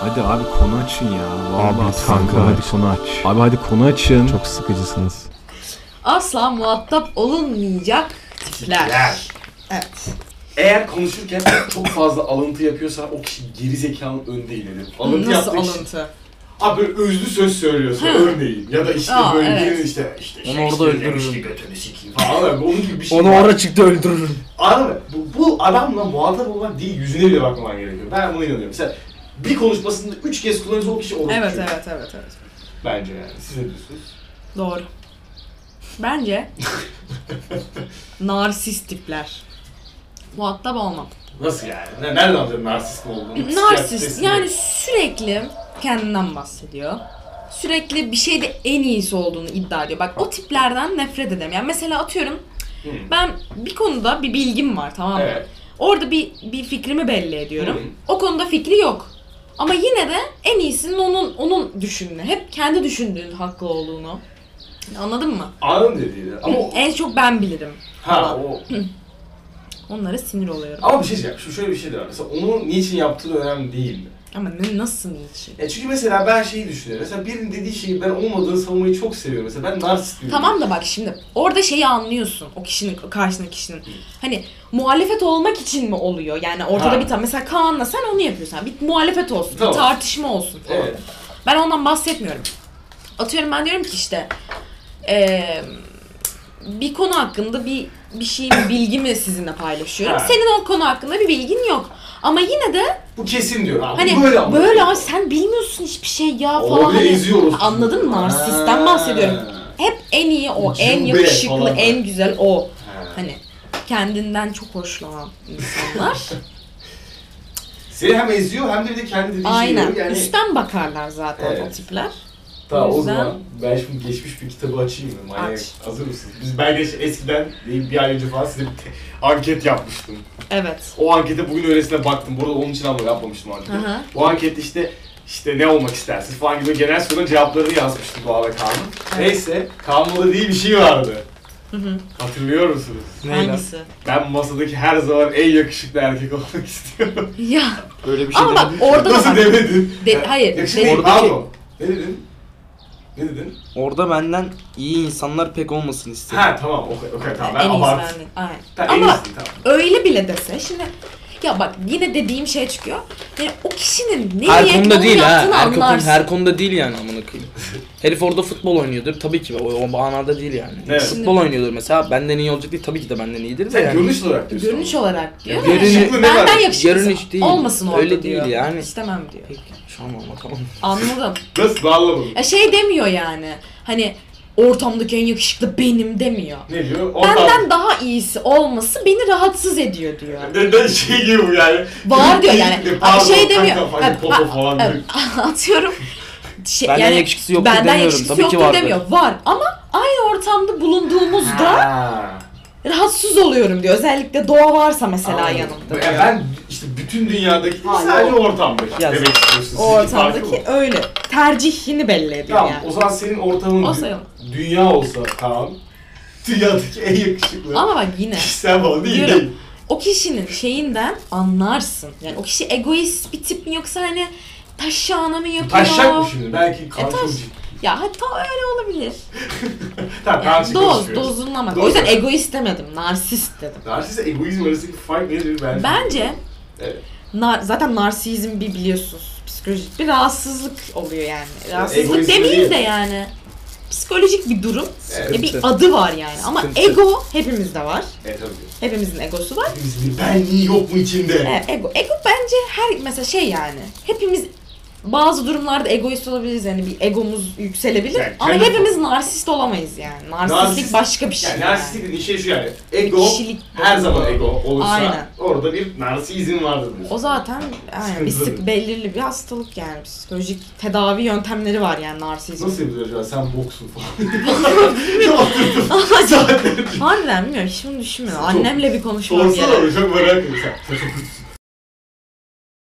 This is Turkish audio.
Hadi abi konu açın ya. Vallahi Abi, kanka konu hadi aç. konu aç. Abi hadi konu açın. Çok sıkıcısınız. Asla muhatap olunmayacak tipler. Ler. Evet. Eğer konuşurken çok fazla alıntı yapıyorsa o kişi geri zekanın önde ileri. Alıntı Nasıl yaptığı kişi... alıntı? Abi böyle özlü söz söylüyorsa örneğin ya da işte Aa, böyle evet. birinin işte işte Onu Shakespeare orada öldürürüm. demiş ki götünü sikeyim falan abi onun gibi bir şey. Onu var. orada çıktı öldürürüm. Abi bu, bu adamla muhatap olmak değil yüzüne bile bakmaman gerekiyor. Ben buna inanıyorum. Mesela bir konuşmasında üç kez kullanırsa o kişi orospu Evet çünkü. evet evet evet. Bence yani. Siz ne diyorsunuz? Doğru. Bence narsist tipler. Muhatap olmam. Nasıl yani? Ne, nereden anlıyorum narsist olduğunu? Narsist Psikiyatrist yani mi? sürekli kendinden bahsediyor. Sürekli bir şeyde en iyisi olduğunu iddia ediyor. Bak o tiplerden nefret ederim. Yani mesela atıyorum Hı. ben bir konuda bir bilgim var tamam mı? Evet. Orada bir, bir fikrimi belli ediyorum. O konuda fikri yok. Ama yine de en iyisinin onun onun düşünme. Hep kendi düşündüğün haklı olduğunu. Anladın mı? Anın dediğini. Ama o- En çok ben bilirim. ha o Onlara sinir oluyorum. Ama bir şey diyeceğim. Şu şöyle bir şey de var. Mesela onun niçin yaptığı önemli değil mi? Ama ne, nasıl şey? niçin? E çünkü mesela ben şeyi düşünüyorum. Mesela birinin dediği şeyi ben olmadığını savunmayı çok seviyorum. Mesela ben narsist biriyim. Tamam da bak şimdi orada şeyi anlıyorsun o kişinin karşındaki kişinin. Hani muhalefet olmak için mi oluyor? Yani ortada Ha. bir tane mesela Kaan'la sen onu yapıyorsun. Bir muhalefet olsun, Tamam. bir tartışma olsun falan. Evet. Ben ondan bahsetmiyorum. Atıyorum ben diyorum ki işte eee, bir konu hakkında bir bir şeyimi, bilgimi sizinle paylaşıyorum. Ha. Senin o konu hakkında bir bilgin yok. Ama yine de Bu kesin diyor. Abi, hani bu böyle böyle, ama. abi sen bilmiyorsun hiçbir şey ya falan. Olabilir, Hani eziyoruz. anladın mı? Narsisten Ha. bahsediyorum. Hep en iyi o, en Cümbüş yakışıklı, falan. en güzel o. Ha. Hani kendinden çok hoşlanan insanlar. şey Seni hem eziyor hem de bir de kendi dediği şeyi Aynen. yiyor. Yani... Üstten bakarlar zaten o Evet. tipler. Tamam O o yüzden- zaman ben şimdi geçmiş bir kitabı açayım mı? Manyak. Aç. Hazır mısınız? Biz ben geç eskiden değil, bir ay önce falan size bir te- anket yapmıştım. Evet. O ankete bugün öylesine baktım. Burada onun için ama yapmamıştım anketi. Hı hı. Bu ankette işte işte ne olmak istersiniz falan gibi genel sorunun cevaplarını yazmıştım Doğa ve Kanun. Neyse Kanun'da değil bir şey vardı. Hatırlıyor musunuz? Hangisi? Ben masadaki her zaman en yakışıklı erkek olmak istiyorum. Ya. Böyle bir şey Ama bak demedim. orada da Nasıl bak- demedin? De- hayır, Yakışıklı de- değil, Oradaki- pardon. Ne dedin? Ne dedin? Orada benden iyi insanlar pek olmasını istedim. Ha tamam okey okey tamam ben en iyisi abart. bende. Aynen. Tamam, en Ama iyisi tamam. öyle bile dese şimdi ya bak yine dediğim şey çıkıyor. Yani o kişinin ne Her niyet konuda ne değil ha. yaptığını Her, konuda, anlarsın. her konuda değil yani amına koyayım. Herif orada futbol oynuyordur. Tabii ki o, o manada değil yani. Evet. Futbol oynuyordur mesela. benden iyi olacak değil. Tabii ki de benden iyidir de Sen yani. görünüş olarak diyorsun. Görünüş olarak diyor. Görünü- Yani ne benden var? yakışıklısı Görünüş değil. olmasın orada Öyle diyor. değil yani. İstemem diyor. Peki şu an ama tamam. Anladım. Nasıl anlamadım? Ya şey demiyor yani. Hani ortamdaki en yakışıklı benim demiyor. Ne diyor? Benden daha iyisi olması beni rahatsız ediyor diyor. Neden şey gibi bu yani? Var diyor yani. Kesinlikle, Abi pardon, şey demiyor. kanka, Ha, hani popo ha, falan ha, diyor. Atıyorum. Şey, Benden yakışıklısı yoktur benden demiyorum. yakışıklısı Tabii ki yoktur vardır. demiyor. Var ama aynı ortamda bulunduğumuzda Ha. rahatsız oluyorum diyor. Özellikle doğa varsa mesela Anladım. yanımda. Ya ben işte bütün dünyadaki değil, Hayır, sadece ortamdaki Ya demek istiyorsun. O Sizinki farkı ortamdaki bu. öyle. Tercihini belli ediyor Tamam yani. o zaman senin ortamın O dü- sayılır. dünya olsa tamam. Dünyadaki en yakışıklı. Ama bak yine Kişisel bana değil Diyorum. değil. o kişinin şeyinden anlarsın. Yani o kişi egoist bir tip mi yoksa hani taşşağına mı yapıyor? E, Taşak mı şimdi? Belki karşı taş. ucu. Ya hatta öyle olabilir. Tamam Yani karşı doz, konuşuyoruz. dozunlamak. Doz. O yüzden egoist demedim, narsist dedim. Narsist egoizm arasındaki fark nedir bence? Bence Evet. nar- zaten narsizm bir biliyorsunuz psikolojik bir rahatsızlık oluyor yani. Rahatsızlık egoizm demeyeyim değil. de yani psikolojik bir durum. Evet. E, bir adı var yani ama Sıkıntı. ego hepimizde var. Evet E, tabii. Hepimizin egosu var. Hepimizin bir benliği yok mu içinde? E, ego ego bence her mesela şey yani. Hepimiz bazı durumlarda egoist olabiliriz yani bir egomuz yükselebilir Yani ama kendi- hepimiz narsist olamayız yani. Narsistlik Narsist- başka bir şey. Yani yani. narsistlik dediğin şey şu yani. Ego Kişilik her zaman ego olursa Aynen. orada bir narsizm vardır. diyorsun. O zaten yani bir Sıkıntılı. sık belirli bir hastalık yani psikolojik tedavi yöntemleri var yani narsizm. Nasıl yapılır acaba? Sen boksun falan. Zaten Harbiden bilmiyorum hiç bunu düşünmüyorum. Çok- Annemle bir konuşmam Sorsana gerek. onu çok merak ediyorum. Sen-